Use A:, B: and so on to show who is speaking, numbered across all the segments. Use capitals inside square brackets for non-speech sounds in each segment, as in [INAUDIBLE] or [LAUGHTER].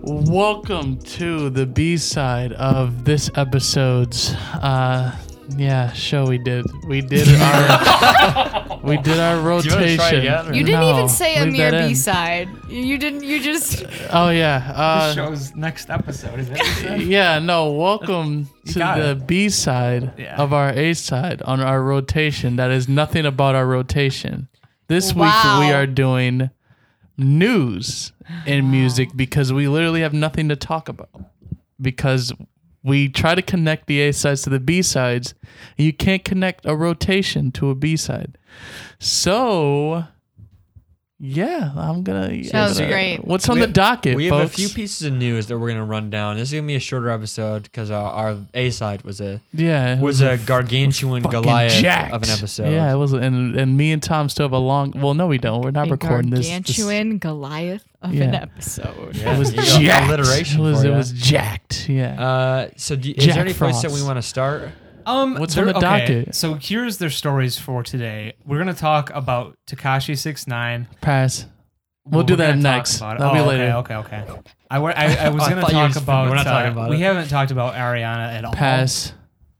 A: Welcome to the B side of this episode's uh yeah, show we did. We
B: [LAUGHS]
A: did our we did our
B: Do you want to try
A: rotation.
B: again? or-
C: You didn't
A: No,
C: even say a
A: leave
C: mere
A: that in.
C: B side. You didn't. You just.
A: Oh yeah.
B: This
A: Uh
B: show's next episode. Is that what you
A: [LAUGHS]
B: said?
A: yeah, no, welcome to
B: got
A: the
B: it.
A: B side
B: Yeah.
A: of our A side on our rotation that is nothing about our rotation. This
C: Wow.
A: week we are doing news and music because we literally have nothing to talk about. Because we try to connect the A sides to the B sides, and you can't connect a rotation to a B side. So, yeah, I'm gonna.
C: That was
A: I'm gonna-
C: great.
A: What's on
B: We
A: the
B: have-
A: docket,
B: we have
A: folks?
B: a few pieces of news that we're gonna run down. This is gonna be a shorter episode because our, our A side was a
A: yeah, it
B: was a gargantuan
A: fucking
B: Goliath
A: jacked.
B: of an episode.
A: Yeah, it was, and and me and Tom still have a long. Well, no, we don't. We're not
C: a
A: recording this. this-
C: gargantuan Goliath of an
A: Yeah.
C: episode.
B: Yeah,
A: It was
B: you got
A: jacked.
B: alliteration
A: It was,
B: for
A: it
B: ya.
A: was jacked. Yeah.
B: Uh, so do, is
A: Jack
B: there any place that
A: Frost.
B: we want to start?
D: Um,
A: What's
D: there-
A: on the docket?
D: So here's their stories for today. We're gonna talk about Takashi Six Nine.
A: Pass. We'll do that next. That'll
B: Oh,
A: be later.
D: Oh, Okay, okay, okay. I, wa- I, I was
B: [LAUGHS] I
D: gonna
B: thought you were
D: talk
B: just-
D: about.
B: we're not
D: uh,
B: talking about
D: we
B: it.
D: haven't talked about Ariana at all.
A: Pass.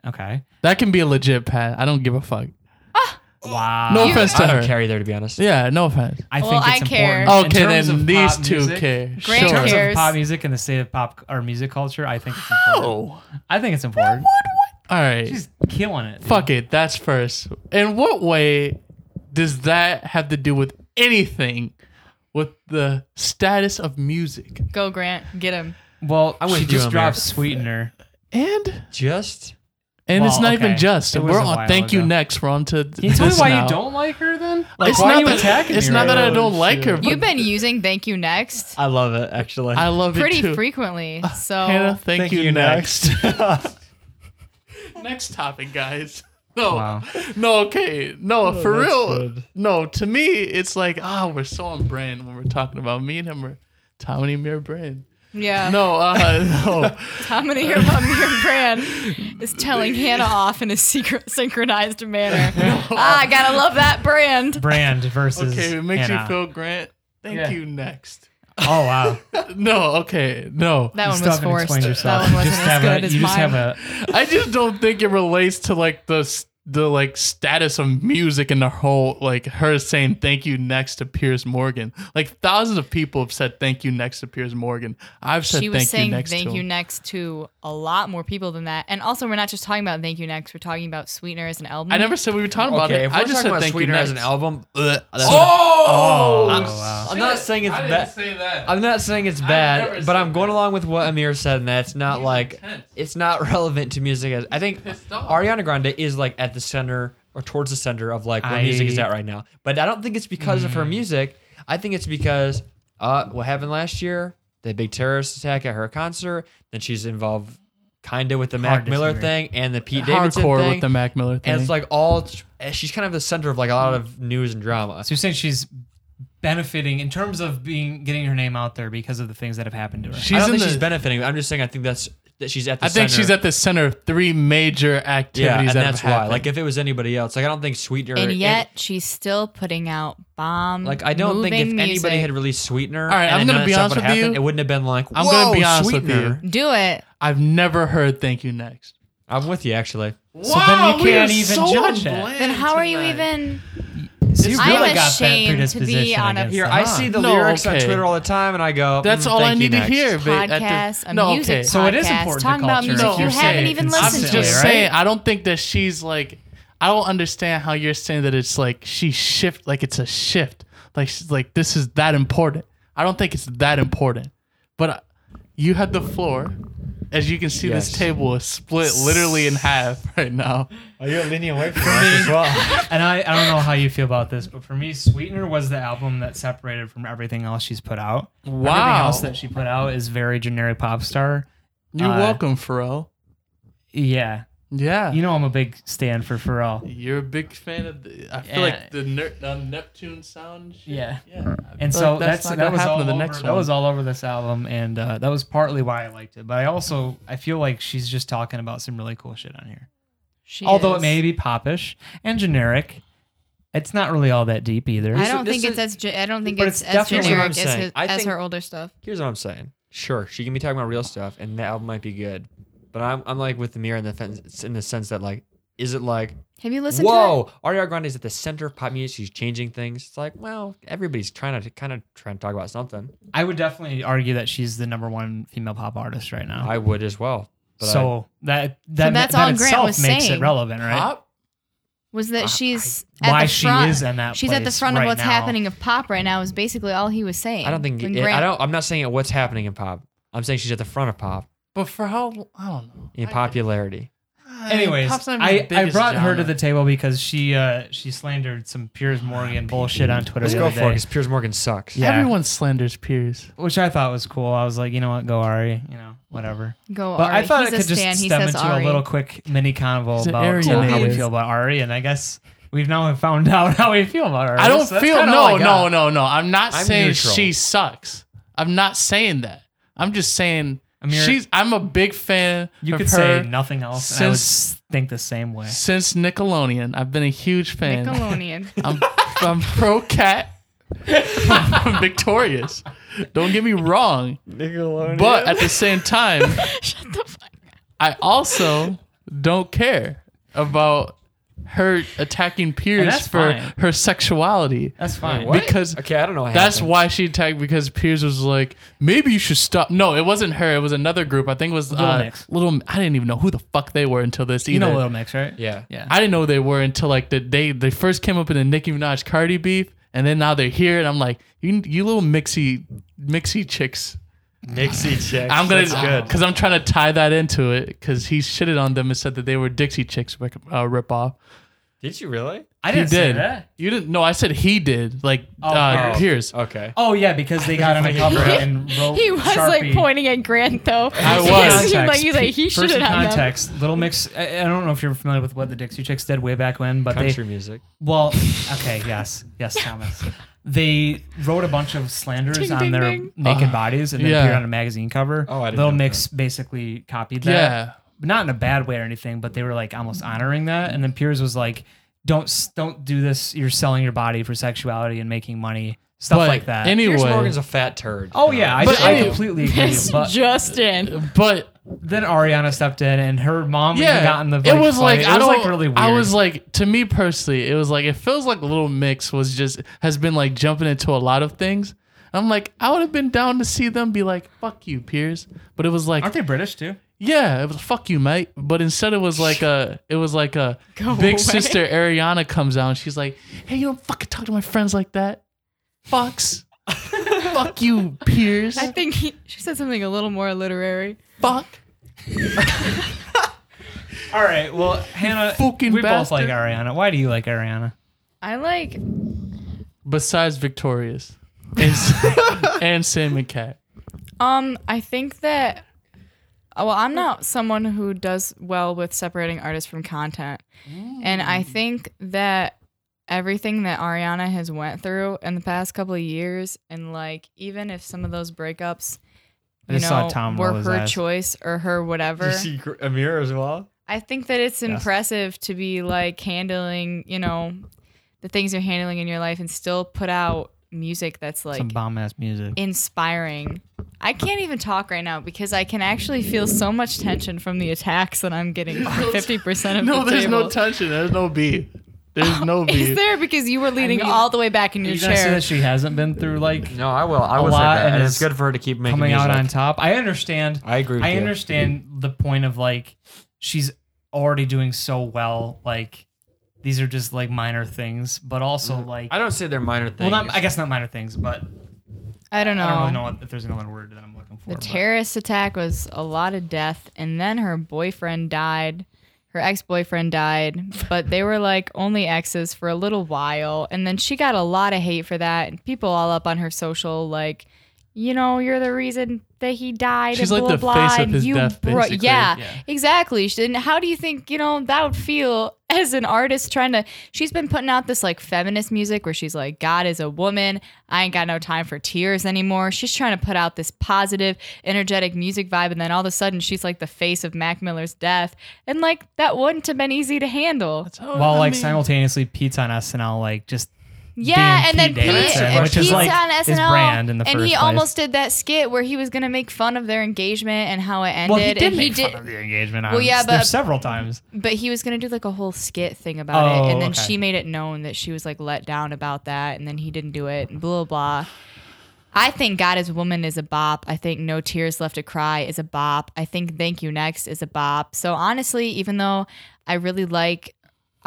D: Okay.
A: That can be a legit pass. I don't give a fuck.
D: Wow.
A: No
C: You-
A: offense to
B: I
A: her.
B: don't care either, to be honest.
A: Yeah, no offense.
D: I think
C: Well, I
D: it's
C: care.
D: important. In
A: Okay,
D: terms
A: then
D: of
A: these
D: pop
A: two
D: music,
A: care.
D: In
C: Grant
A: sure.
D: terms
C: cares.
D: of pop music and the state of pop or music culture, I think it's important.
A: Oh.
D: I think it's important.
A: All right.
D: She's killing it. dude.
A: Fuck it. That's first. In what way does that have to do with anything with the status of music?
C: Go Grant, get him.
D: Well,
B: I'm with
D: she
B: you
D: just
B: on that.
D: dropped Sweetener.
A: And
B: Just
A: and it's
D: Well,
A: not
D: okay.
A: even just.
D: It was
A: We're
D: a
A: on.
D: while
A: Thank you.
D: ago.
A: Next, we're on to.
D: Can you tell me
A: this
D: why
A: now.
D: you don't like her then? Like,
A: It's
D: why
A: not
D: are you
A: that- [LAUGHS]
D: attacking
A: it's
D: me
A: not
D: right
A: that I
D: now?
A: don't like her,
D: Shit.
A: but-
C: You've been using thank you next
B: I love it actually.
A: I love it
C: pretty
A: too.
C: frequently. So
A: Hannah, thank, you,
D: [LAUGHS]
A: next. [LAUGHS]
B: next.
A: next topic, guys. No,
D: Wow. Oh,
A: no, okay, no, for
B: that's
A: real.
B: good.
A: No, to me, it's like ah, we're so on brand when we're talking about me and him. We're Tommy and Mir brand.
C: yeah. [LAUGHS]
A: No, uh, [LAUGHS] no.
B: [LAUGHS]
C: How many of your mom, your brand is telling Hannah off in a secret synchronized manner? ah, I gotta love that brand.
D: brand versus
A: Okay, it makes
D: Hannah.
A: you feel Grant. Thank
D: Yeah.
A: you next.
D: Oh
A: [LAUGHS]
D: wow,
A: No, okay, no.
C: That
D: you
C: one
D: still
C: was
D: haven't
C: forced.
D: explained yourself.
C: That one
D: You
C: wasn't
D: just
C: as
D: have
C: good
D: a,
C: as
D: you just
C: mine.
D: have a
A: I just don't think it relates to like the s- the like status of music and the whole like her saying thank you next to Piers Morgan. Like thousands of people have said thank you next to Piers Morgan. I've said
C: she was
A: thank you
C: saying
A: next
C: thank
A: to
C: you
A: him.
C: next to a lot more people than that. And also, we're not just talking about thank you next. We're talking about sweetener as an album.
A: I never said we were talking about
B: okay,
A: it.
B: if we're
A: I just
B: talking
A: said
B: about
A: thank you
B: Sweetener
A: next.
B: as an album, ugh, that's-
A: Oh,
D: I'm- wow.
B: I'm not saying it's
A: I
B: bad.
A: didn't say that.
B: I'm not saying it's
A: never
B: bad, but
A: said
B: I'm going along with what Amir said, and that's not
A: He's
B: like
A: intense.
B: it's not [LAUGHS] relevant to music. As I think
A: Pissed off.
B: Ariana Grande is like at the center or towards the center of like where music is
D: I-
B: at right now. But I don't think it's because of
A: Hmm.
B: her music. I think it's because uh, what happened last year, the big terrorist attack at her concert. Then she's involved kinda with the Mac
D: Hard to
B: Miller
D: hear.
B: thing and the Pete Davidson
A: hardcore
B: thing.
A: with the Mac Miller thing.
B: and it's like all tr- she's kind of the center of like a lot of news and drama.
D: So you're saying she's benefiting in terms of being getting her name out there because of the things that have happened to her.
B: I
A: she's
B: don't
A: in
B: think
A: the.
B: she's benefiting. I'm just saying I think that's that she's at the
A: I think
B: center.
A: she's at the center of three major activities
B: Yeah, and
A: that
B: that's
A: have
B: why.
A: happened.
B: Like, if it was anybody else, like I don't think Sweetener.
C: and
B: it-
C: yet, she's still putting out bomb.
B: like I don't think if
C: moving
B: anybody
C: music.
B: had released Sweetener, all
A: right, I'm gonna be honest with you.
B: It wouldn't have been like
A: I'm gonna
B: "Whoa,
A: be honest with
B: Sweetener."
C: do it,
A: I've never heard thank you next.
B: I'm with you actually.
D: then you
A: we
D: can't
A: are
D: even
A: so
D: judge it.
A: bland
C: then how are you
A: tonight.
C: even?
D: So you
C: I'm
D: really got that
C: ashamed to be
D: predisposition
C: on a-
D: against
B: Here,
D: her.
B: I see the
A: No,
B: lyrics on
A: okay.
B: Twitter all the time, and I go,
A: That's
B: "Mm,
A: all
B: thank
A: I
B: you
A: need to
B: next."
A: hear. but at the-
C: Podcast, a
A: no,
C: music
A: okay.
C: podcast,
D: So it is important to
C: talking about
D: culture.
C: music
D: No,
C: you
A: you're
C: haven't
D: saying
C: even
A: I'm
C: listened
A: just
C: to.
D: consistently, right?
A: saying, I don't think that she's like. I don't understand how you're saying that it's like she shift, like it's a shift, like she's like this is that important. I don't think it's that important, but uh, you had the floor. As you can see,
B: Yes.
A: this table is split literally in half [LAUGHS] right now.
B: Are you leaning away from me as [LAUGHS] well?
D: and I, I don't know how you feel about this, but for me, Sweetener was the album that separated from everything else she's put out. Everything
A: Wow.
D: else that she put out is very generic pop star.
A: You're
D: Uh,
A: welcome, Pharrell.
D: Yeah.
A: Yeah,
D: You know I'm a big stand for Pharrell.
A: You're a big fan of. The, I feel
D: Yeah.
A: like the ner- uh, Neptune sound. Shit.
D: Yeah.
A: Yeah. I
D: And
A: feel
D: so
A: like
D: that's,
A: not
D: that
A: gonna
D: was all
A: happen to
D: over,
A: the next
D: that
A: one.
D: was all over this album, and uh, that was partly why I liked it. But I also I feel like she's just talking about some really cool shit on here.
C: She
D: Although
C: is.
D: it may be popish and generic, it's not really all that deep either.
C: I don't
B: This
C: think
B: is-
C: it's as. ge- I don't think
B: but
C: it's
B: it's
C: as
B: definitely what
C: generic
B: I'm
C: as,
B: saying.
C: his,
B: I
C: as
B: think-
C: her older stuff.
B: Here's what I'm saying: sure, she can be talking about real stuff, and the album might be good. But I'm, I'm like with the mirror in the fence, in the sense that like, is it like,
C: Have you listened to it?
B: whoa, Ariana Grande is at the center of pop music. She's changing things. It's like, well, everybody's trying to kind of trying to talk about something.
D: I would definitely argue that she's the number one female pop artist right now.
B: I would as well. But I,
D: so that that
C: that's
D: that
C: all Grant
D: itself
C: was
D: makes
C: saying.
D: it relevant, right?
A: Pop?
C: Was that she's at
D: Why
C: the
D: she
C: front?
D: is in that
C: she's at the
D: place
C: front of
D: right
C: what's
D: now.
C: happening of pop right now is basically all he was saying.
B: I don't think
C: When
B: it- I
C: Grant-
B: don't. I'm not saying what's happening in pop. I'm saying she's at the front of pop
A: But for how? l- I don't know.
B: in
A: I-
B: popularity.
A: I-
D: Anyways,
A: pop's not even the
D: I, I
A: biggest
D: brought her to
A: genre.
D: the table because she uh, she slandered some Piers
A: Ah,
D: Morgan bullshit on Twitter
B: Let's
D: the
B: go
D: other
B: for it
D: day,
B: because Piers Morgan sucks.
D: Yeah.
A: Everyone slanders peers.
D: which I thought was cool. I was like, you know what, go Ari, you know, whatever.
C: go.
D: But
C: Ari.
D: I thought
C: He's
D: it
C: a
D: could just
C: stan. He
D: stem
C: says
D: into
C: Ari.
D: a little quick mini convo
A: He's an
D: about
A: Aryan
D: uh, how we
A: idiot.
D: feel about Ari, and I guess we've now found [LAUGHS] out how we feel about Ari.
A: I don't
D: so that's
A: feel
D: kinda uh, all
A: no,
D: I got.
A: no, no, no. I'm not
B: I'm
A: saying
B: neutral.
A: she sucks. I'm not saying that. I'm just saying
D: Amir-
A: she's. I'm a big fan.
D: You
A: of
D: could
A: her
D: say nothing else, and I would
A: since-
D: think the same way.
A: since Nickelodeon. I've been a huge fan.
D: [LAUGHS]
C: Nickelodeon. [LAUGHS]
A: I'm, I'm pro cat. [LAUGHS] I'm victorious. Don't get me wrong.
B: Nickelodeon.
A: But at the same time,
C: Shut the fuck. up.
A: I also don't care about her attacking peers
D: that's
A: for
D: fine.
A: her sexuality.
D: That's fine.
B: What?
A: Because
B: okay, I don't know. What
A: That's
B: happened.
A: why she attacked because Piers was like, maybe you should stop. No, it wasn't her. It was another group. I think it was Little. Uh,
D: Mix.
A: Little I didn't even know who the fuck they were until this.
D: You
A: either.
D: know Little Mix, right?
B: Yeah.
D: Yeah.
A: I didn't know they were until like the they they first came up in the Nicki Minaj Cardi beef, and then now they're here, and I'm like, you you little mixy mixy chicks.
B: Mixie chicks.
A: I'm gonna
B: That's good.
A: because I'm trying to tie that into it because he shitted on them and said that they were Dixie chicks like, uh, rip off.
B: Did you really?
D: I
A: He
D: didn't say
A: did.
D: that.
A: You didn't? No, I said he did. Like uh,
B: Oh,
A: Piers.
B: Okay.
D: Oh yeah, because they got on a cover and wrote.
C: He was like
D: Oh, Sharpie.
C: pointing at Grant
D: [LAUGHS]
C: though.
A: I
C: [LAUGHS] He
A: was.
C: seemed like, he's like, he
D: pe-
C: should
D: first
C: have
D: in
C: had them.
D: context, Little Mix. I, I don't know if you're familiar with what the Dixie Chicks did way back when, but
B: Country
D: they.
B: music.
D: Well, okay, yes,
C: [LAUGHS]
D: yes, Thomas. They wrote a bunch of slanders
C: Ding,
D: on
C: ding,
D: their
C: ding.
D: naked bodies and they
A: yeah.
D: appeared on a magazine cover.
B: Oh, I didn't
D: Little
B: know
D: Mix basically copied that.
A: Yeah.
D: But not in a bad way or anything, but they were like almost honoring that. And then Piers was like, "Don't s- don't do this. You're selling your body for sexuality and making money, stuff
A: But
D: like that."
A: Anyway,
B: Piers Morgan's a fat turd.
D: oh yeah, I,
A: But
D: I
A: any-
D: [LAUGHS] completely agree.
C: [LAUGHS] It's
D: But
C: Justin.
A: but
D: then Ariana stepped in and her mom
A: yeah,
D: got in the
A: it was
D: fight.
A: like
D: it
A: I
D: was
A: don't.
D: like really weird.
A: I was like, to me personally, it was like it feels like Little Mix was just has been like jumping into a lot of things. I'm like, I would have been down to see them be like, "Fuck you, Piers," but it was like,
D: aren't they British too?
A: yeah, it was "fuck you, mate." But instead, it was like
D: [LAUGHS]
A: a, it was like a
C: Go
A: big
C: away.
A: sister Ariana comes out and she's like, "Hey, you don't fucking talk to my friends like that,
D: [LAUGHS]
A: fucks." Fuck you, Piers.
C: I think he, she said something a little more literary.
A: Fuck.
D: All right, well Hannah,
A: fucking
D: we both like
A: bastard.
D: Ariana. Why do you like Ariana?
C: I like
A: Besides Victorious, and, [LAUGHS] and Sam and Cat.
C: Um, I think that. uh, Well, I'm not someone who does well with separating artists from content, and I
D: Mm.
C: think that everything that Ariana has went through in the past couple of years, and like even if some of those breakups,
D: I
C: you
D: just saw
C: know,
D: Tom
C: were
D: roll his
C: her
D: eyes.
C: choice or her whatever,
B: Did you see Gr- Amir as well?
C: I think that it's impressive to be like handling, you know, the things you're handling in your life and still put out music that's like
D: Some bomb ass music.
C: inspiring. I can't even talk right now because I can actually feel so much tension from the attacks that I'm getting.
D: [LAUGHS]
C: Fifty percent of
A: No,
C: the
A: there's no
C: table.
A: tension. There's no beef.
C: [LAUGHS]
A: There's no
C: Is
A: beef.
C: there because you were leaning all the way back in your
D: You're gonna say
C: chair?
D: that she hasn't been through like
B: No, I will. I will say
D: lot
B: that.
D: and
B: And it's
D: is
B: good for her to keep making
D: coming out
B: music.
D: on top. I understand.
B: I agree with
D: I
B: you.
D: understand the point of like she's already doing so well. Like these are just like minor things, but also
C: Mm.
D: like
B: I don't say they're minor things.
D: well, not I guess not minor things, but
C: I don't know.
D: I don't really know what, if there's another word that I'm looking for.
C: the
D: but-
C: terrorist attack was a lot of death, and then her boyfriend died. Her ex-boyfriend died, but they were like only exes for a little while, and then she got a lot of hate for that, and people all up on her social like. You know, you're the reason that he died.
A: She's
C: and
A: like
C: blah,
A: the
C: blah,
A: face of
C: and
A: his
C: you
A: death,
C: bro-
A: basically.
C: yeah,
D: Yeah.
C: exactly. She- And how do you think you know that would feel as an artist trying to? She's been putting out this like feminist music where she's like, "God is a woman. I ain't got no time for tears anymore." She's trying to put out this positive, energetic music vibe, and then all of a sudden she's like the face of Mac Miller's death, and like that wouldn't have been easy to handle.
A: That's how-
D: while
A: Oh, I
D: like
A: mean,
D: simultaneously Pete's on SNL like just
C: Yeah, and then
D: B&P
C: Pete,
D: dancer,
C: and
D: which
C: Pete's
D: is like
C: on
D: his
C: SNL,
D: brand in the
C: and he
D: first place.
C: almost did that skit where he was gonna make fun of their engagement and how it ended.
D: Well, he did
C: and
D: make
C: he did,
D: fun of the engagement.
C: Well,
D: on,
C: yeah,
D: there
C: but-
D: several times.
C: but he was gonna do like a whole skit thing about it, and
D: Oh,
C: then
D: okay.
C: she made it known that she was like let down about that, and then he didn't do it, and blah blah. blah. I think God is Woman is a bop. I think No Tears Left to Cry is a bop. I think Thank You Next is a bop. So honestly, even though I really like,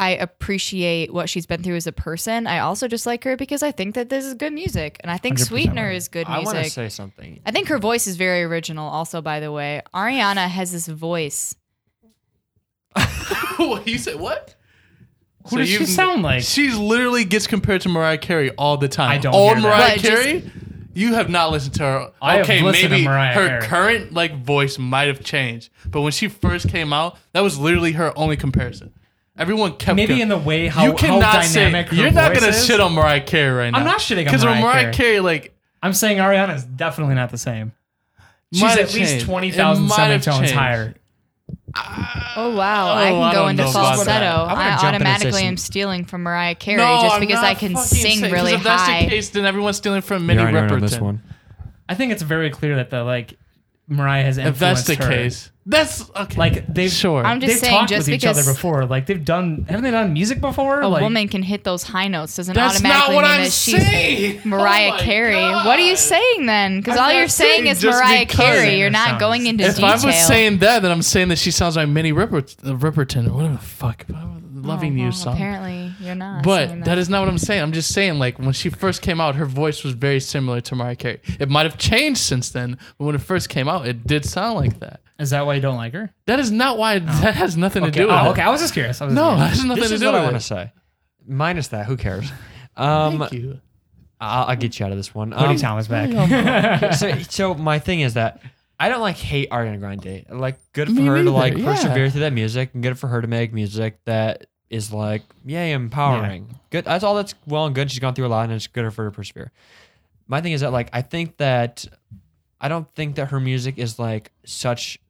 C: I appreciate what she's been through as a person, I also just like her because I think that this is good music. And I think
D: 100%
C: Sweetener
D: right.
C: is good
B: I
C: music.
B: want to say something.
C: I think her voice is very original, also, by the way. Ariana has this voice. [LAUGHS]
A: what you said? What?
D: Who does she sound like?
A: She's literally gets compared to Mariah Carey all the time.
D: I don't
A: Old
D: hear that.
A: Mariah
C: But just-
A: Carey. you have not listened to her.
D: I have
A: okay,
D: listened to
A: maybe
D: Mariah
A: her
D: Carey.
A: current like voice might have changed, but when she first came out, that was literally her only comparison. Everyone kept
D: Maybe
A: going-
D: in the way how- how dynamic her
A: You're not gonna
D: voice is.
A: shit on Mariah Carey right now.
D: I'm not shitting on
A: because
D: Mariah
A: Mariah
D: Carey.
A: Carey like
D: I'm saying Ariana is definitely not the same. She's
A: might
D: at
A: have
D: least
A: changed.
D: twenty thousand
A: It might have
D: semitones
A: changed.
D: higher.
C: Oh, wow. I
A: Oh,
C: can
A: I
C: go
A: don't
C: into
A: know about
C: falsetto.
A: that.
B: I wanna
C: I,
B: jump in and say
C: automatically
B: some-
C: am stealing from Mariah Carey
A: No,
C: just
A: I'm
C: because
A: not
C: I can
A: fucking
C: sing
A: saying- 'cause
C: really
A: if that's
C: high.
A: the case, then everyone's stealing from Minnie Riperton.
D: I think it's very clear that the like Mariah has
A: If
D: influenced
A: that's the
D: her.
A: case, that's okay.
D: Like they've
A: sure.
C: I'm just
D: they've
C: saying,
D: talked
C: just
D: with each other
C: because-
D: before. Like they've done haven't they done music before?
C: a
D: like,
C: woman can hit those high notes doesn't
A: That's not
C: automatically
A: what
C: mean
A: I'm
C: that she's
A: saying.
C: Mariah
A: Oh my
C: Carey. What are you
A: God.
C: saying then? Because
A: I'm
C: all
A: not
C: you're saying
A: saying
C: is
A: just
C: Mariah
A: because.
C: Carey. You're not
D: Sounds-
C: going into
A: If
C: detail.
A: I was saying that, then I'm saying that she sounds like Minnie Ripper, uh, Riperton or whatever the fuck. Loving
C: Oh,
A: you
C: well,
A: song.
C: Apparently, you're not. saying
A: But
C: that.
A: that is not what I'm saying. I'm just saying, like, when she first came out, her voice was very similar to Mariah Carey. It might have changed since then, but when it first came out, it did sound like that.
D: Is that why you don't like her?
A: That is not
B: Oh.
A: why. That has nothing
D: Okay.
A: to do with
D: oh,
A: it.
D: okay. I was just curious. I was
A: No,
D: just
A: that has nothing
B: This
A: to
B: is
A: do
B: what I
A: with
B: want to
A: it.
B: say. Minus that,
D: [LAUGHS]
B: who cares? Um,
A: Thank you.
B: I'll, I'll get you out of this one.
D: Cody
B: Um,
D: Thomas
A: [LAUGHS]
D: back. [LAUGHS]
B: [LAUGHS] so, so my thing is that I don't like hate Ariana Grande. Like, good for
A: Me
B: her
A: neither,
B: to like
A: yeah.
B: persevere through that music, and good for her to make music that is like, yay, empowering. Good. That's all. That's well and good. She's gone through a lot, and it's good for her to persevere. My thing is that like I think that I don't think that her music is like such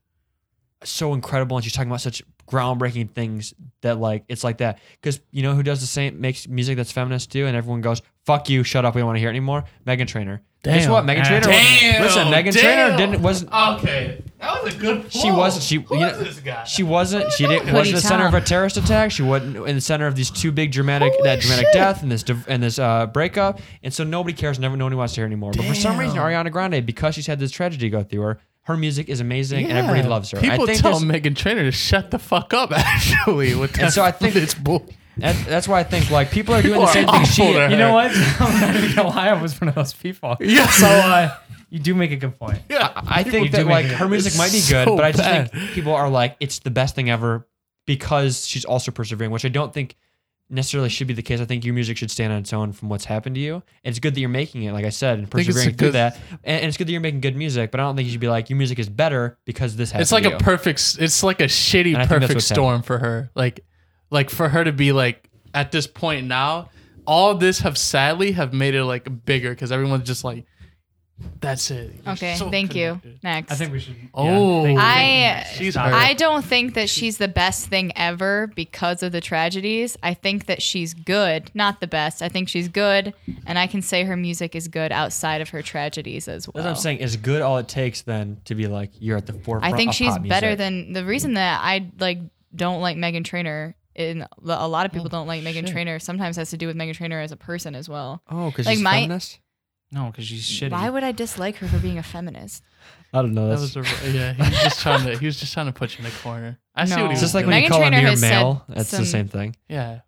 B: so incredible, and she's talking about such groundbreaking things that like it's like that because you know who does the same makes music that's feminist too, and everyone goes fuck you, shut up, we don't want to hear it anymore. Megan Trainer. Guess
A: Damn.
B: what? Megan
D: Ah.
B: Trainer.
A: Damn,
B: listen, Megan
A: damn.
B: Trainer didn't wasn't.
A: Okay, that was a good. Point.
B: She wasn't. She. you know, She wasn't. She didn't.
C: Hoodie
B: Wasn't the center of
C: Tom.
B: a terrorist attack. She wasn't in the center of these two big dramatic that dramatic death and this div- and this uh, breakup. And so nobody cares. Never. Nobody wants to hear anymore. But for some reason, Ariana Grande, because she's had this tragedy go through her, her music is amazing and everybody loves her.
A: People
B: I think
A: tell
B: there's-
A: Megan Trainer to shut the fuck up. [LAUGHS] Actually, with that,
B: so I think-
A: it's bull.
B: that- that's why I think like people are doing
A: People
B: the
A: are
B: same thing.
A: awful
B: She.
A: to
D: You know what? [LAUGHS] I'm not even gonna lie. I was one of those people.
A: [LAUGHS] Yeah.
D: So uh, you do make a good point.
B: I think
D: do
B: that
D: make
B: like
D: it.
B: her music
A: It's
B: might be good,
A: so
B: but I just think
A: bad.
B: people are like, it's the best thing ever because she's also persevering, which I don't think necessarily should be the case. I think your music should stand on its own from what's happened to you. And it's good that you're making it, like I said, and
A: think it's
B: persevering
A: a
B: through
A: good-
B: that. And, and it's good that you're making good music, but I don't think you should be like, your music is better because this happened.
A: It's like
B: to
A: a
B: you.
A: perfect. s- It's like a shitty
B: And I think that's
A: perfect
B: what's
A: storm for her. Like, like for her to be like at this point now, all this have sadly have made it like bigger because everyone's just like, that's it. You're
C: okay,
A: so
C: thank you.
A: connected.
C: Next.
D: I think we should.
A: Oh.
D: yeah,
C: I-
A: She's
D: Stop.
A: hurt.
C: I don't think that she's the best thing ever because of the tragedies. I think that she's good, not the best. I think she's good, and I can say her music is good outside of her tragedies as well.
B: That's what I'm saying. Is good all it takes then to be like, you're at the forefront
C: I think
B: of
C: she's
B: pop
C: better
B: music.
C: than the reason that I like don't like Megan Trainor. And a lot of people
B: Oh,
C: don't like Megan Trainor. Sometimes has to do with Megan Trainor as a person as well.
B: Oh, because
C: Like
B: she's
C: my-
B: feminist?
D: No, because she's shitty.
C: Why would I dislike her for being a feminist?
B: I don't know.
A: That
B: That's
A: was a, yeah. He was just trying to. He was just trying to put you in a corner. I see
C: No.
A: what he
B: it's
A: was
B: just like
A: doing.
B: when
C: Meghan
B: you call a
C: Trainor
B: mirror
C: has said
B: male, that's the
C: some-
B: same thing.
A: yeah,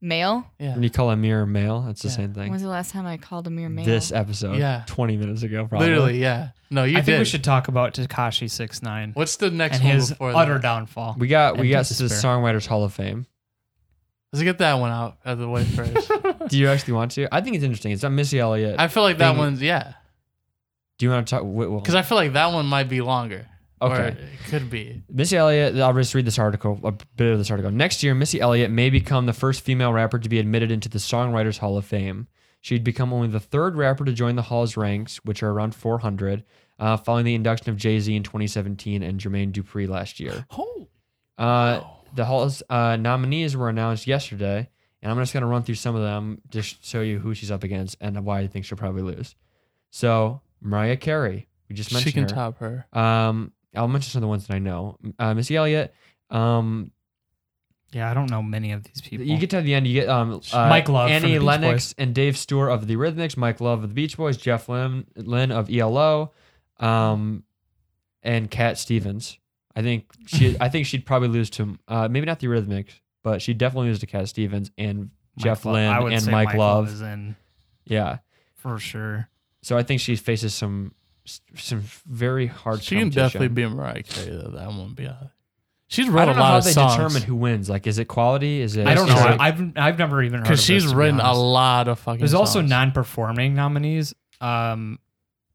C: Male?
A: yeah.
B: When you call a mirror male, it's the
A: Yeah.
B: same thing.
C: When was the last time I called a mere male?
B: this episode.
A: Yeah.
B: 20 minutes ago, probably.
A: Literally, yeah. No, you
D: I
A: did.
D: think we should talk about Takashi Six Nine
A: What's the next
D: and
A: one
D: his
A: before
D: utter
A: that?
D: downfall.
B: We got we
D: And
B: got
D: Prince
B: the
D: Despair.
B: Songwriters Hall of Fame.
A: Let's get that one out of
D: [LAUGHS]
A: the way first.
B: Do you actually want to? I think it's interesting. It's not Missy Elliott.
A: I feel like that
B: Thing-
A: one's yeah.
B: Do you want to talk? Well,
A: Because I feel like that one might be longer. Or
B: Okay.
A: it could be.
B: Missy Elliott, I'll just read this article, a bit of this article. Next year, Missy Elliott may become the first female rapper to be admitted into the Songwriters Hall of Fame. She'd become only the third rapper to join the Hall's ranks, which are around 400, uh, following the induction of Jay Z in 2017 and Jermaine Dupri last year.
A: Oh.
B: Uh, the Hall's uh, nominees were uh, announced yesterday, And I'm just gonna run through some of them, just show you who she's up against and why I think she'll probably lose. So Mariah Carey, we just mentioned
A: She can
B: her.
A: top her.
B: Um, I'll mention some of the ones that I know. Uh, Missy Elliott. Um,
D: Yeah, I don't know many of these people.
B: you get to the end. You get um, uh,
D: Mike Love from the
B: Annie
D: Beach
B: Lennox,
D: Boys.
B: and Dave Stewart of the Rhythmics. Mike Love of the Beach Boys. Jeff Lynn, Lynn of ELO, um, and Cat Stevens. I think she. I think she'd probably lose to uh, maybe not the Rhythmics, but she definitely lose to Cat Stevens and
D: Mike
B: Jeff
D: Love.
B: Lynne
D: I would
B: and
D: say
B: Mike Love.
D: is in
B: yeah.
D: for sure.
B: So I think she faces some some very hard.
A: She can
B: competition.
A: definitely be Mariah Carey though. That won't be a. She's
B: I
A: written
B: don't
A: a
B: know
A: lot
B: how
A: of
B: they determine
A: songs
B: who wins. Like, is it quality? Is it?
D: I don't know.
B: is it-
D: I, I've I've never even heard
A: because
D: of
A: she's
D: this, to be
A: written a
D: honest.
A: lot of fucking.
D: There's also
A: songs.
D: non-performing nominees. Um,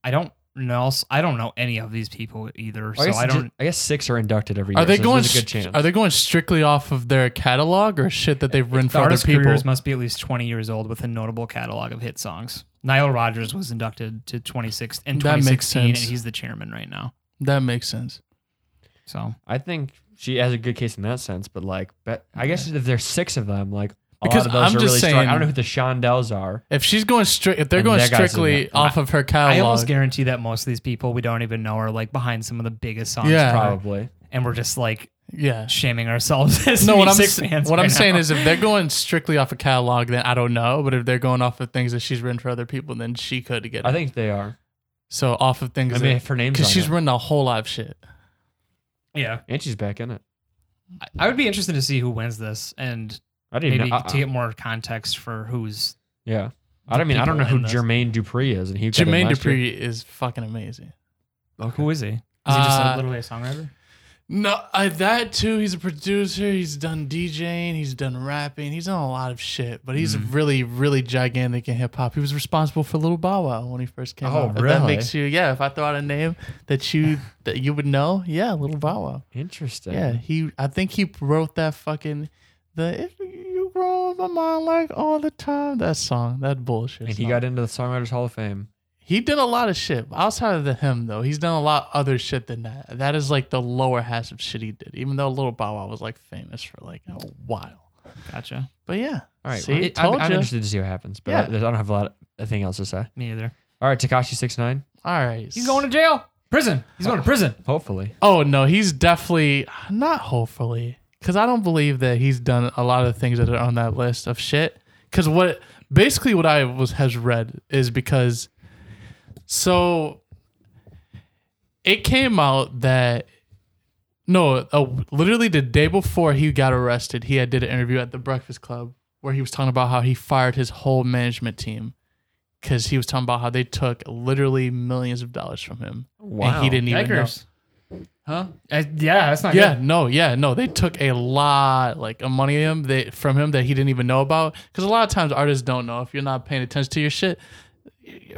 D: I don't know. I don't know any of these people either, so
B: I guess,
D: I
B: ju-
D: don't.
B: I guess six are inducted every year.
A: Are they
B: so
A: going?
B: There's a good
A: str-
B: chance.
A: Are they going strictly off of their catalog or shit that they've written
D: The
A: for other
D: artist
A: people?
D: careers must be at least 20 years old with a notable catalog of hit songs. Niall Rogers was inducted to 26th in
A: That makes
D: 2016, and
A: sense.
D: he's the chairman right now.
A: That makes sense.
D: So
B: I think she has a good case in that sense, but like, but I guess if there's six of them, like a
A: Because
B: lot of those
A: I'm
B: are
A: just
B: really strong. I don't know
A: saying-
B: who the Shondells are.
A: If she's going strict, if they're
B: And
A: going
B: that guy's in
A: strictly
B: it.
A: off of her
D: I
A: catalog,
D: almost guarantee that most of these people we don't even know are like behind some of the biggest songs,
A: Yeah.
B: Probably.
D: and we're just like
A: yeah.
D: shaming ourselves [LAUGHS] as
A: No, what I'm
D: music
A: s-
D: fans
A: what
D: right
A: I'm saying
D: now.
A: is if they're going strictly off a catalog, then I don't know. But if they're going off of things that she's written for other people, then she could get. It.
B: I think they are.
A: so. Off of things,
B: I mean, if her name's
A: because
B: on
A: she's
B: it.
A: written a whole lot of shit.
D: yeah,
B: and she's back in it.
D: I- I would be interested to see who wins this, and
B: I didn't
D: maybe
B: know. I-
D: to get more context for who's
B: yeah. I don't mean I
D: people
B: don't know who
D: in this.
B: Jermaine Dupri is, and he got in
A: Jermaine
B: last year.
A: Dupri is fucking amazing.
D: who is he? Is he just
A: Uh,
D: a, literally a songwriter?
A: No, I, that too. He's a producer. He's done DJing. He's done rapping. He's done a lot of shit. But he's really, really gigantic in hip hop. He was responsible for Little Bow Wow when he first came
B: Oh,
A: out. If that
B: really?
A: makes you, yeah. If I throw out a name that you that you would know, yeah, Little Bow Wow.
B: Interesting.
A: Yeah, he. I think he wrote that fucking the if you grow in my mind like all the time that song that bullshit.
B: And he
A: song.
B: got into the Songwriters Hall of Fame.
A: He did a lot of shit outside of the him though. He's done a lot other shit than that. That is like the lower half of shit he did. Even though Little Bow Wow was like famous for like a while.
D: Gotcha.
A: But yeah,
B: All right.
A: See,
B: It-
A: told
B: I'm, I'm
A: ya.
B: interested to see what happens, but
A: Yeah.
B: I, I don't have a lot of thing else to say.
D: Me either.
B: All right, Takashi six nine.
A: all right.
D: He's going to jail. Prison. He's going to prison.
B: Hopefully,
A: Oh no, he's definitely not. Hopefully, because I don't believe that he's done a lot of things that are on that list of shit. Because what basically what I was has read is because so it came out that no, uh, literally the day before he got arrested, he had did an interview at the Breakfast Club where he was talking about how he fired his whole management team because he was talking about how they took literally millions of dollars from him and
B: Wow.
A: he didn't even know.
D: Oh. Yikers. Huh? Uh, yeah, that's not
A: Yeah,
D: good.
A: no, yeah, no. They took a lot like of money him they from him that he didn't even know about. Because a lot of times artists don't know if you're not paying attention to your shit.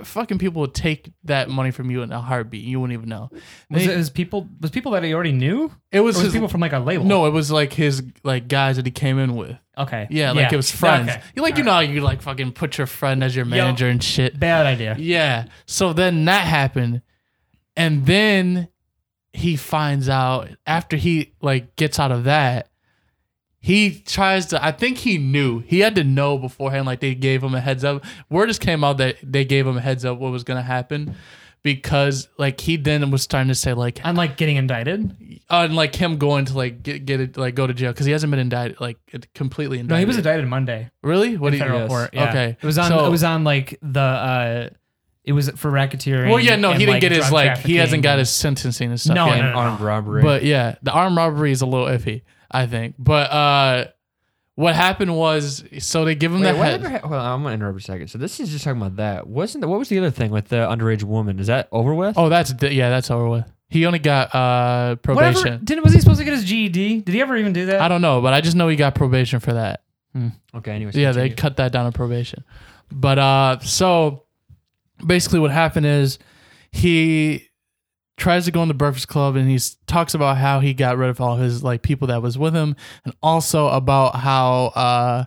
A: Fucking people would take that money from you in a heartbeat. You wouldn't even know.
D: Was
A: They-
D: it his people? Was people that he already knew?
A: it
D: Or
A: was,
D: was
A: his,
D: people from like a label?
A: no, it was like his like guys that he came in with.
D: Okay.
A: Yeah, like it was friends.
D: Okay.
A: You like you know how you like fucking put your friend as your manager and shit.
D: Bad idea.
A: Yeah. So then that happened, and then he finds out after he like gets out of that, he tries to. I think he knew he had to know beforehand. Like they gave him a heads up. Word just came out that they gave him a heads up what was gonna happen, because like he then was starting to say like
D: I'm like getting indicted.
A: on like him going to like get get it like go to jail because he hasn't been indicted like it- completely indicted.
D: No, he was indicted Monday.
A: really what
D: in
A: do you-
D: federal
B: yes.
D: court. yeah.
A: Okay.
D: It was on.
A: So-
D: it was on like the. uh It was for racketeering.
A: Well, yeah, no,
D: and,
A: he didn't
D: like,
A: get his
D: drug
A: like he hasn't got
D: trafficking.
A: his sentencing and stuff.
D: No,
A: yet.
D: no, no,
B: and armed robbery.
A: But yeah, the armed robbery is a little iffy, I think. But uh what happened was so they give him
B: Wait,
A: the
B: what
A: head.
B: ever ha- hold on, I'm gonna interrupt a second. So this is just talking about that. Wasn't the, what was the other thing with the underage woman? Is that over with?
A: oh, that's the, yeah, that's over with. He only got uh probation.
D: Whatever. Didn't was he supposed to get his GED? Did he ever even do that?
A: I don't know, but I just know he got probation for that.
B: okay. Anyways,
A: Yeah, they
B: continue.
A: cut that down to probation. But uh so basically what happened is he tries to go in the breakfast club and he talks about how he got rid of all his like people that was with him and also about how uh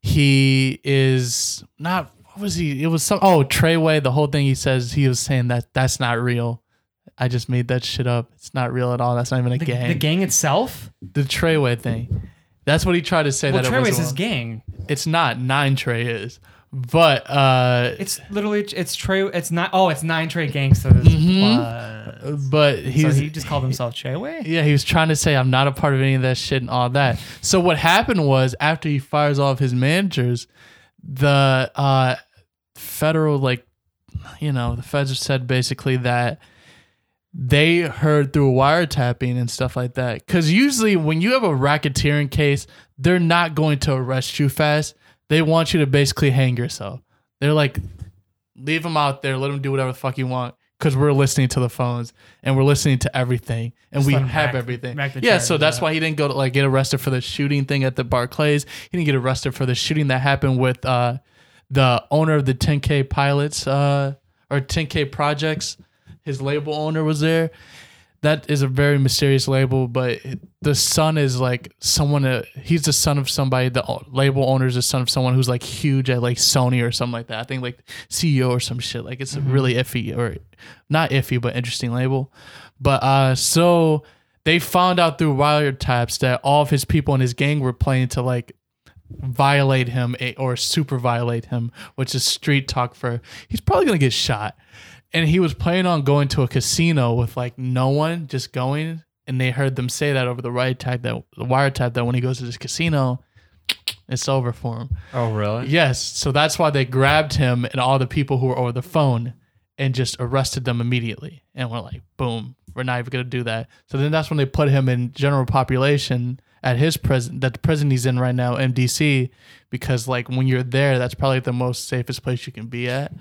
A: he is not what was he it was some oh Treyway the whole thing he says he was saying that that's not real I just made that shit up it's not real at all that's not even a
D: The,
A: gang
D: the gang itself.
A: the Treyway thing that's what he tried to say
D: Well,
A: that it
D: Treyway's
A: was
D: his gang.
A: It's not nine Trey is, but uh,
D: It's literally it's Trey. It's not. Oh, it's nine Trey gangsters. Uh,
A: but
D: so
A: Mm-hmm. he's
D: he just called himself Treyway.
A: yeah he was trying to say I'm not a part of any of that shit and all that. So what happened was after he fires all of his managers, the uh, federal like you know the feds said basically that they heard through wiretapping and stuff like that. Because usually when you have a racketeering case, they're not going to arrest you fast. They want you to basically hang yourself. They're like, leave him out there, let him do whatever the fuck you want. Because we're listening to the phones and we're listening to everything and we
D: let him
A: have
D: rack-
A: everything.
D: rack the
A: Yeah, so
D: charges
A: that's
D: up.
A: why he didn't go to like get arrested for the shooting thing at the Barclays. He didn't get arrested for the shooting that happened with uh, the owner of the 10K pilots uh, or 10K projects. His label owner was there that is a very mysterious label, but it- the son is like someone. Uh, he's the son of somebody. The o- label owner is the son of someone who's like huge at like Sony or something like that. I think like CEO or some shit. Like it's a really iffy or not iffy, but interesting label. But uh, so they found out through wiretaps that all of his people in his gang were playing to like violate him eh, or super violate him, which is street talk for he's probably gonna get shot. And he was planning on going to a casino with like no one, just going. And they heard them say that over the wiretap that the wiretap that when he goes to this casino, it's over for him.
B: Oh, really?
A: Yes, so that's why they grabbed him and all the people who were over the phone and just arrested them immediately. And we're like, boom, we're not even gonna do that. So then that's when they put him in general population at his prison that the prison he's in right now, MDC, because like when you're there, that's probably the most safest place you can be at.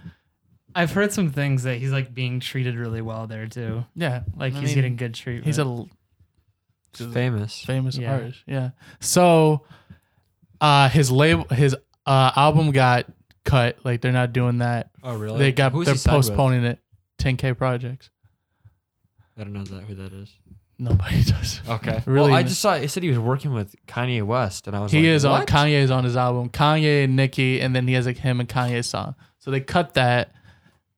D: I've heard some things that he's like being treated really well there too.
A: Yeah,
D: Like
A: I
D: he's
A: mean,
D: getting good treatment.
A: he's a l-
B: Famous.
A: famous
D: Yeah.
A: artist. Yeah. So uh his label his uh album got cut. Like they're not doing that.
B: Oh, really?
A: They got
B: Who's
A: they're
B: he signed with?
A: postponing it. 10k projects.
B: I don't know that, who that is.
A: Nobody [LAUGHS] does.
B: Okay.
A: Really?
B: Well, I just saw it said he was working with Kanye West, and I was
A: He
B: like,
A: is on
B: what?
A: Kanye is on his album. Kanye and Nicki, and then he has like him and Kanye song. So they cut that,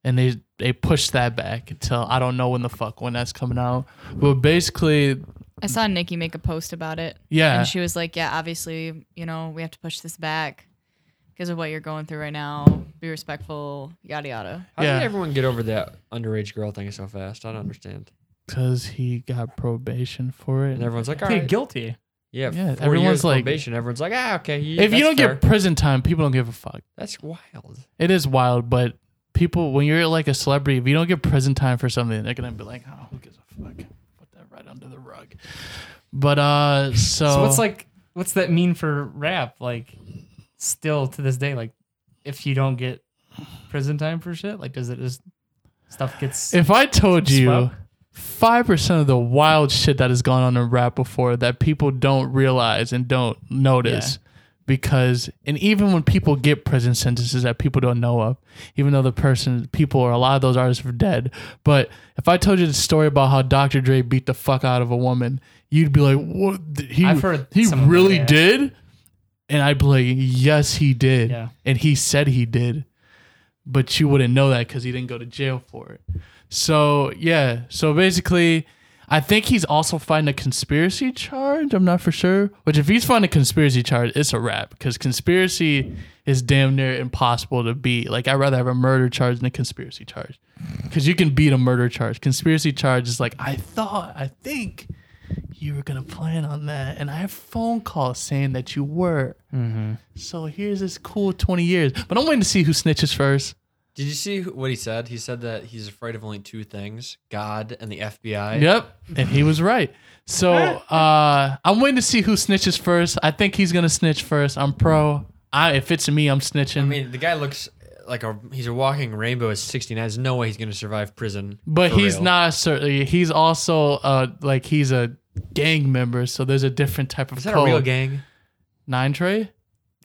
A: and they they pushed that back until I don't know when the fuck when that's coming out. But basically,
C: I saw Nikki make a post about it.
A: yeah,
C: And she was like, Yeah, obviously, you know, we have to push this back because of what you're going through right now. Be respectful, yada yada.
B: How
A: Yeah.
B: did everyone get over that underage girl thing so fast? I don't understand.
A: because he got probation for it.
B: And everyone's like, all
D: Plead
B: right,
D: guilty.
B: yeah,
A: Yeah,
B: four
A: everyone's
B: years
A: like-
B: probation. Everyone's like, ah, okay. yeah,
A: if you
B: that's
A: don't
B: fair."
A: get prison time, people don't give a fuck.
B: that's wild.
A: It is wild, but people when you're like a celebrity, if you don't get prison time for something, they're gonna be like, oh, who gives a fuck? Put that right under the rug. But uh, so,
D: So what's like what's that mean for rap? Like still to this day, like if you don't get prison time for shit, like does it just stuff gets
A: If I told you
D: Swell.
A: five percent of the wild shit that has gone on in rap before that people don't realize and don't notice. Because and even when people get prison sentences that people don't know of, even though the person, people, or a lot of those artists are dead. But if I told you the story about how Dr. Dre beat the fuck out of a woman, you'd be like, "What? He
D: I've heard
A: he
D: some of them,
A: really
D: yeah.
A: did?" And I'd be like, "Yes, he did."
D: Yeah.
A: And he said he did but you wouldn't know that because he didn't go to jail for it. So yeah, so basically, I think he's also fighting a conspiracy charge. I'm not for sure. Which if he's fighting a conspiracy charge, it's a wrap because conspiracy is damn near impossible to beat. Like I'd rather have a murder charge than a conspiracy charge because you can beat a murder charge. Conspiracy charge is like I thought, I think. You were gonna plan on that, and I have phone calls saying that you were.
B: Mm-hmm.
A: So here's this cool 20 years, but I'm waiting to see who snitches first.
B: Did you see who- what he said? He said that he's afraid of only two things: God and the FBI.
A: Yep, and he was right.
B: [LAUGHS]
A: So uh, I'm waiting to see who snitches first. I think he's gonna snitch first. I'm pro. I, if it's me, I'm snitching.
B: I mean, the guy looks like a he's a walking rainbow at 69. There's no way he's going to survive prison.
A: but
B: for
A: he's
B: real.
A: not certainly. He's also uh, like he's a gang member, so there's a different type of
B: Is that
A: code.
B: a real gang?
A: Nine Trey?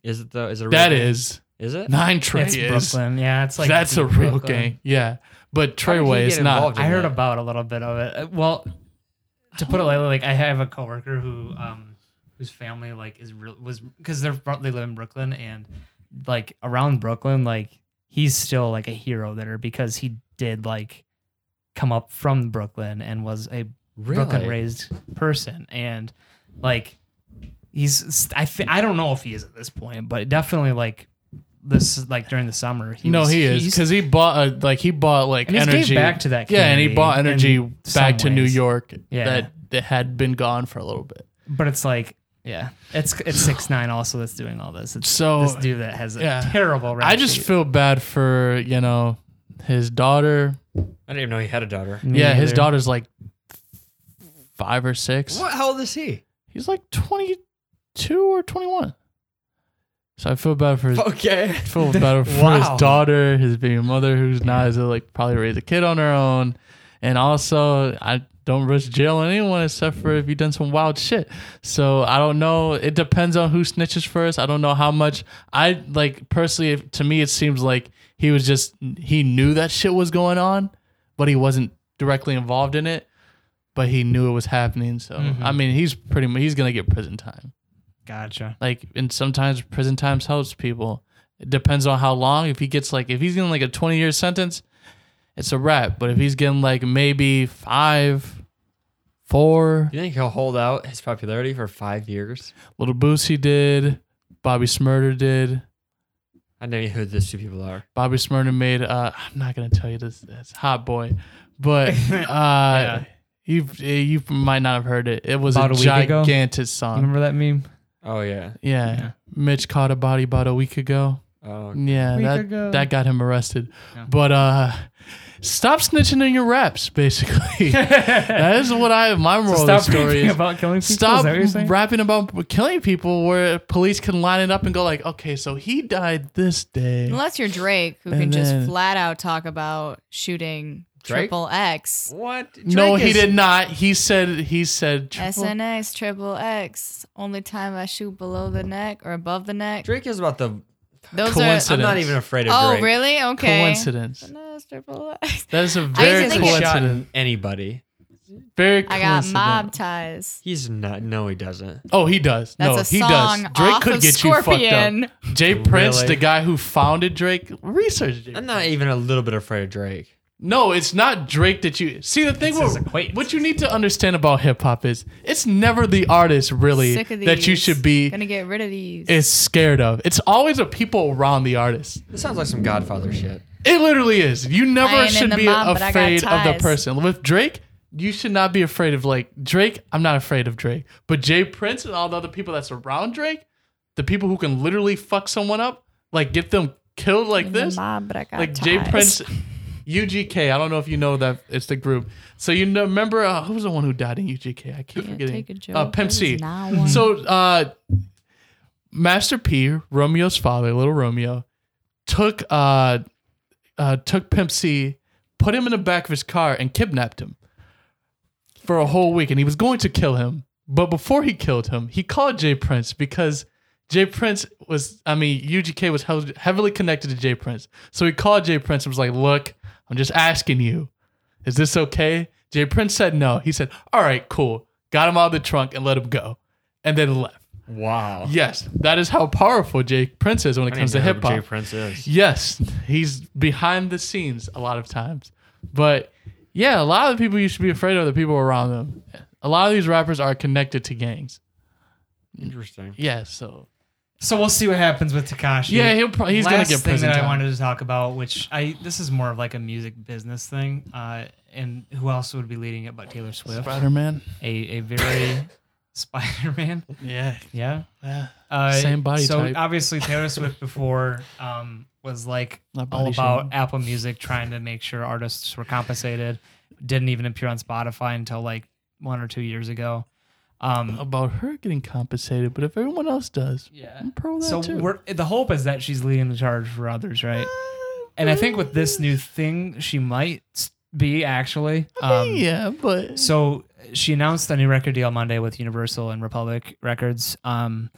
B: Is it though? Is it a real
A: That
B: gang?
A: is
B: Is it?
A: Nine Trey
D: it's
A: is.
D: Brooklyn. Yeah, it's like
A: That's a
D: deep
A: real
D: Brooklyn.
A: gang. Yeah, but
B: How did he
A: Treyway
B: get
A: is not.
B: involved in
D: I heard
B: that?
D: about a little bit of it. Uh, Well, to put it lightly, like I have a coworker who, um, whose family like is real was because they're fro- they live in Brooklyn and like around Brooklyn, like he's still like a hero there because he did like come up from Brooklyn and was a
B: really?
D: Brooklyn raised person and like he's I fe- I don't know if he is at this point, but definitely like this like during the summer. He
A: no,
D: was-
A: he is
D: he's-
A: because he bought a, like he bought like
D: And he's gave
A: energy
D: back to that
A: Yeah, and he
D: community
A: bought
D: in
A: energy
D: some
A: back to New
D: ways.
A: York
D: Yeah.
A: that that had been gone for a little bit.
D: but it's like yeah, it's it's
A: [SIGHS]
D: six nine also that's doing all this. It's
A: So
D: this dude that has a
A: yeah.
D: terrible. Rap
A: I just
D: sheet.
A: feel bad for you know his daughter.
B: I didn't even know he had a daughter.
D: Me
A: yeah, his
D: either.
A: daughter's like five or six.
B: What? How old
A: [LAUGHS]
B: is he?
A: He's like twenty two or twenty one. So I feel bad for his
B: Okay.
A: feel better for
B: Wow.
A: his daughter, his baby mother, who's now is like probably raise a kid on her own, and also I don't risk jailing anyone except for if you've done some wild shit. So I don't know. It depends on who snitches first. I don't know how much I like personally. If, to me, it seems like he was just he knew that shit was going on, but he wasn't directly involved in it. But he knew it was happening. So I mean, he's pretty mu- he's gonna get prison time
D: gotcha.
A: like and sometimes prison times helps people it depends on how long if he gets like if he's getting like a 20 year sentence it's a wrap but if he's getting like maybe five four
B: You think he'll hold out his popularity for five years?
A: little boosie did bobby smurder did
B: I know who these two people are.
A: bobby smurder made uh i'm not gonna tell you this it's hot boy but
D: [LAUGHS]
A: uh you you might not have heard it it was
D: About
A: a
D: a week ago?
A: gigantic song
D: Remember that [LAUGHS] meme?
B: Oh yeah.
A: yeah.
D: Yeah.
A: mitch caught a body about a week ago
B: Oh.
A: Yeah,
D: Week
A: that
D: ago.
A: that got him arrested.
D: Yeah.
A: But uh stop snitching in your raps,
D: [LAUGHS]
A: basically. that is what I my moral of the
D: Stop
A: story
D: rapping
A: is.
D: about killing people. Is
A: Stop
D: that what you're saying?
A: rapping about killing people where police can line it up and go like, okay, so he died this day.
C: Unless you're Drake, who
A: And
C: can
A: then-
C: just flat out talk about shooting
B: Drake?
C: triple X.
B: What?
A: no,
B: Drake
A: he
B: is-
A: did not. He said he said triple-
C: SNX triple X. Only time I shoot below the neck or above the neck.
B: Drake is about the.
C: Those
A: coincidence.
C: are.
B: I'm not even afraid of
C: Oh,
B: Drake.
C: really? Okay.
A: coincidence.
C: SNX triple X.
A: That is a very
C: used to think it-
B: He's shot
A: coincidence.
B: anybody.
A: Very
C: I got
A: coincidence.
C: mob ties.
B: He's not. No, he doesn't.
A: Oh, he does.
C: That's
A: no,
C: a
A: he
C: song
A: does. Drake
C: off
A: could
C: of
A: get you
C: Scorpion.
A: fucked up. Jay Prince,
B: Really?
A: the guy who founded Drake, researched it.
B: I'm not even a little bit afraid of Drake.
A: No, it's not Drake that you see. The thing
D: his
A: with-
D: acquaintance.
A: what you need to understand about hip hop is it's never the artist really
C: Sick of these.
A: that you should be
C: Gonna get rid of these.
A: is scared of. It's always the people around the artist.
B: This sounds like some Godfather shit.
A: It literally is. You never
C: ain't in
A: should
C: the
A: be
C: mob, but I got
A: afraid of the
C: ties.
A: person. With Drake, you should not be afraid of like Drake. I'm not afraid of Drake, but Jay Prince and all the other people that's around Drake, the people who can literally fuck someone up, like get them killed like
C: In the
A: this.
C: mob, but I got
A: like Jay
C: ties. [LAUGHS]
A: Prince, UGK. I don't know if you know that it's the group. So you know, remember uh, who was the one who died in UGK? I keep
C: Can't
A: forgetting.
C: take a joke.
A: uh, Pimp
C: That
A: C.
C: is not one.
A: So uh, Master P, Romeo's father, little Romeo, took uh, uh, took Pimp C, put him in the back of his car, and kidnapped him for a whole week. And he was going to kill him, but before he killed him, he called Jay Prince because Jay Prince was, I mean, UGK was held- heavily connected to Jay Prince. So he called Jay Prince and was like, "Look, I'm just asking you, is this okay?" Jay Prince said no. He said, "All right, cool." Got him out of the trunk and let him go, and then left.
B: Wow.
A: Yes, that is how powerful Jay Prince is when it comes to hip hop.
B: Prince is.
A: Yes, he's behind the scenes a lot of times. But yeah, a lot of the people you should be afraid of are the people around them. A lot of these rappers are connected to gangs.
B: Interesting.
A: Yeah, so
D: So we'll see what happens with Takashi.
A: yeah, he'll pro- he's gonna
D: Last
A: get
D: thing
A: prison
D: that
A: time.
D: I wanted to talk about, which I this is more of like a music business thing, uh, and who else would be leading it but Taylor Swift?
A: Spider Man.
D: A a very [LAUGHS] Spider Man.
A: Yeah.
D: Yeah.
A: yeah.
D: Uh,
A: Same body
D: so
A: type.
D: obviously Taylor
A: [LAUGHS]
D: Swift before um, was like
A: Not body
D: all about
A: shaming.
D: Apple Music trying to make sure artists were compensated. Didn't even appear on Spotify until like one or two years ago. Um,
A: About her getting compensated, but if everyone else does,
D: yeah.
A: I'm pro that
D: So
A: too.
D: we're the hope is that she's leading the charge for others, right? And I think with this new thing, she might s- be actually. Um,
A: Uh, yeah, but
D: So she announced a new record deal Monday with Universal and Republic Records. Um,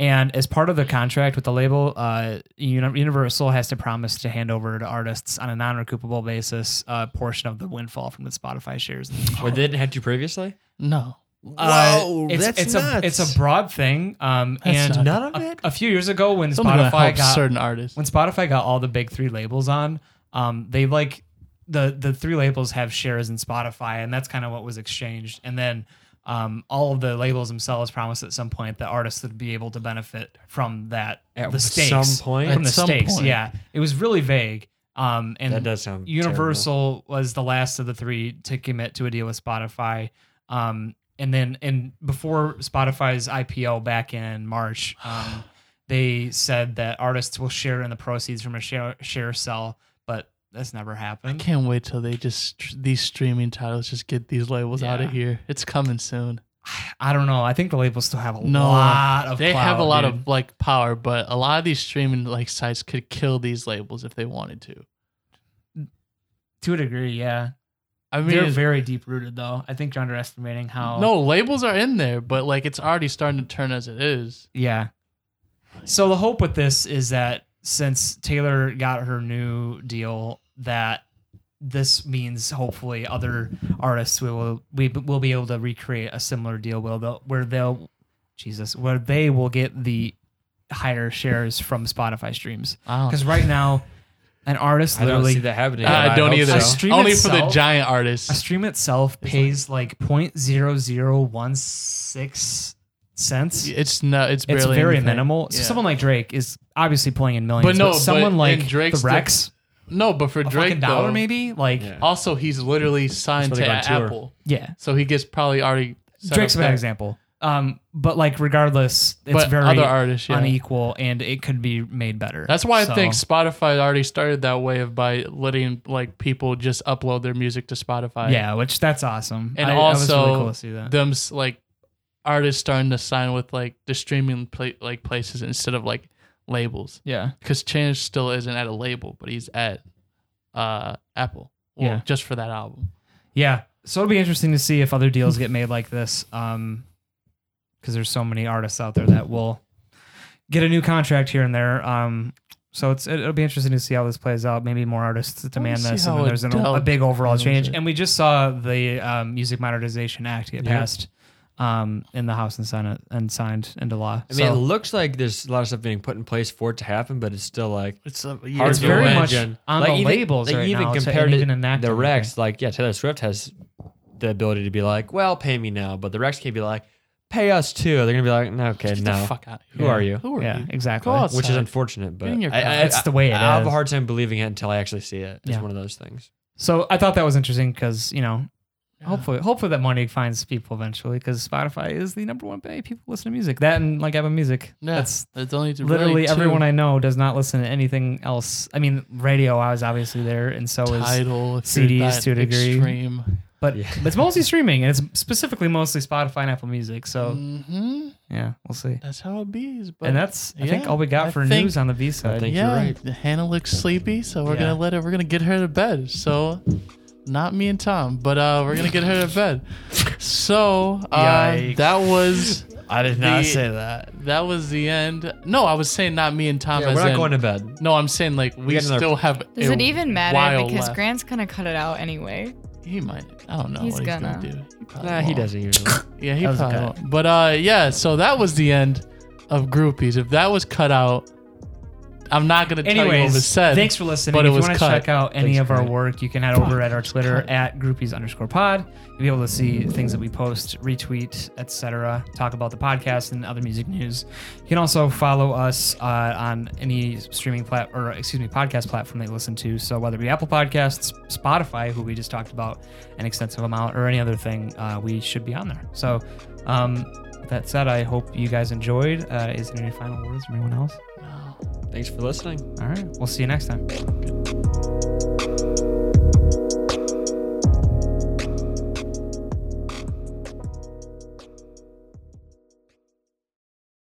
D: and as part of the contract with the label, uh, Uni- Universal has to promise to hand over to artists on a non-recoupable basis a portion of the windfall from the Spotify shares.
B: Well, they didn't have to previously.
A: no.
D: Uh,
B: Whoa,
D: it's,
B: that's
D: it's
B: nuts.
D: a it's a broad thing. Um,
A: That's
D: and
B: None of
D: a,
B: it.
D: a few years ago, when
A: It's only gonna
D: Spotify
A: help
D: got
A: certain artists.
D: when Spotify got all the big three labels on, um, they like the the three labels have shares in Spotify, and that's kind of what was exchanged. And then um, all of the labels themselves promised at some point that artists would be able to benefit from that.
B: At
D: the stakes,
B: some point?
D: from
A: At
D: the
A: some
D: stakes.
A: point.
D: Yeah, it was really vague. Um, and
B: That does sound
D: Universal was the last of the three to commit to a deal with Spotify. Um, and then and before Spotify's IPO back
A: [SIGHS]
D: in March, um, they said that artists will share in the proceeds from a share share sell, but that's never
A: I
D: happened.
A: can't wait till they just these streaming titles just get these labels out of
D: Yeah.
A: here. It's coming soon.
D: [SIGHS] I don't know. I think the labels still have a
A: No,
D: lot of
A: they have a
D: clout,
A: lot
D: dude.
A: of like power, but a lot of these streaming like sites could kill these labels if they wanted to.
D: to a degree, yeah.
A: I mean,
D: They're
A: it's-
D: very deep rooted though. I think you're underestimating how
A: no labels are in there, but like it's already starting to turn as it is.
D: Yeah. So the hope with this is that since Taylor got her new deal, that this means hopefully other artists will we will be able to recreate a similar deal where they'll where they'll Jesus where they will get the higher shares from Spotify streams
A: I don't,
D: because right now an artist
B: I don't
D: literally Uh,
B: see that happening.
A: I don't
B: hope
A: either.
D: so. A stream
A: Only for the
D: itself-
A: giant
D: a
A: artists.
D: stream itself pays like point zero zero one six cents.
A: It's no, it's
D: it's
A: barely
D: very
A: anything.
D: minimal. So
A: Yeah.
D: someone like Drake is obviously playing in millions, but
A: no, but
D: someone
A: in
D: like
A: Drake's
D: the Rex,
A: no, but for
D: a
A: Drake
D: fucking dollar
A: though,
D: maybe, like yeah,
B: Yeah.
A: Also, he's literally signed
B: That's
A: to
B: why they go on tour.
A: Apple, so he gets probably already. set
D: Drake's a
A: up
D: bad
A: there.
D: example. Um, but like regardless, it's
A: But
D: very
A: other artists, yeah.
D: unequal, and it could be made better.
A: That's why I
D: So,
A: think Spotify already started that way of by letting like people just upload their music to Spotify.
D: yeah, which that's awesome,
A: and
D: I- that was
A: also
D: really cool to see that.
A: them s- like artists starting to sign with like the streaming pla- like places instead of like labels
D: yeah,
A: because Chance still isn't at a label, but he's at uh Apple. Well,
D: Yeah.
A: just for that album.
D: yeah. So it'll be interesting to see if other deals get made like this, um, because there's so many artists out there that will get a new contract here and there. Um, so it's it, will be interesting to see how this plays out. Maybe more artists demand
A: see
D: this, and
A: how
D: then there's an,
A: Adele
D: a big overall
A: handles
D: change.
A: it.
D: And we just saw the um, Music Modernization Act get
B: Yeah.
D: passed um, in the House and Senate and signed into law.
B: I mean, it
D: so
B: looks like there's a lot of stuff being put in place for it to happen, but it's still like
A: It's a,
B: hard
D: it's
B: to
D: very much
B: imagine.
D: on the labels
B: like
D: right
B: even
D: now to
B: compared to
D: even enact
B: the
D: anything.
B: Rex, like yeah, Taylor Swift has the ability to be like, well, pay me now, but the Rex can't be like, pay us too. They're gonna be like, no, okay,
A: Get
B: no.
A: the fuck out.
B: Who are you?
A: Who are
D: yeah,
A: you?
D: exactly.
A: Go outside.
B: Which is unfortunate, but
A: Get in your
B: I,
A: car.
B: I,
D: That's the way it
B: I have
D: is.
B: a hard time believing it until I actually see it. It's
D: Yeah.
B: one of those things.
D: So I thought that was interesting because you know,
A: Yeah.
D: hopefully, hopefully that money finds people eventually because Spotify is the number one way people listen to music. That and like Apple Music.
A: Yeah,
D: That's
A: that's only
D: literally
A: really two
D: everyone I know does not listen to anything else. I mean, radio. I was obviously there, and so is.
A: title if
D: CDs
A: you're that
D: to a degree.
A: Extreme.
D: But
B: Yeah.
D: it's mostly streaming, and it's specifically mostly Spotify and Apple Music. So
A: Mhm.
D: yeah, we'll see.
A: that's how it be. is, But
D: And that's I think
A: yeah,
D: all we got
A: I
D: for
A: think-
D: news on the B
B: I
D: side.
B: think
A: yeah,
B: you're right.
A: Hannah looks sleepy, so we're
D: Yeah.
A: gonna let her. We're gonna get her to bed. So, not me and Tom, but uh, we're gonna get her to bed. So uh,
B: Yikes.
A: that was
B: I did
A: not say
B: that.
A: that was the end. No, I was saying not me and Tom.
B: Yeah,
A: as
B: we're not
A: in-
B: going to bed.
A: No, I'm saying like we,
B: got another-
A: still have.
C: Does
A: a
C: it even matter?
A: while
C: Because
A: left.
C: Grant's gonna cut it out anyway.
A: he might. I don't know
C: He's
A: what
C: gonna.
A: he's gonna do. Probably
B: Nah, he
A: won't.
D: Oh.
B: doesn't usually.
A: Yeah, he
D: That was
A: probably
D: cut.
A: won't. But uh, yeah, so that was the end of groupies. If that was cut out, I'm not gonna tell you what
D: Anyways,
A: was said.
D: thanks for listening.
A: but
D: if
A: it
D: you
A: was
D: want to
A: cut.
D: check out any
B: Thanks,
D: of our
B: Grant.
D: work, you can head over at our Twitter at groupies underscore pod. You'll be able to see things that we post, retweet, etc. Talk about the podcast and other music news. You can also follow us uh, on any streaming plat or excuse me podcast platform that you listen to. So whether it be Apple Podcasts, Spotify, who we just talked about an extensive amount, or any other thing, uh, we should be on there. So. Um, with that said, I hope you guys enjoyed. Uh, is there any final words from anyone else?
A: No.
B: Thanks for listening.
D: All right. We'll see you next time.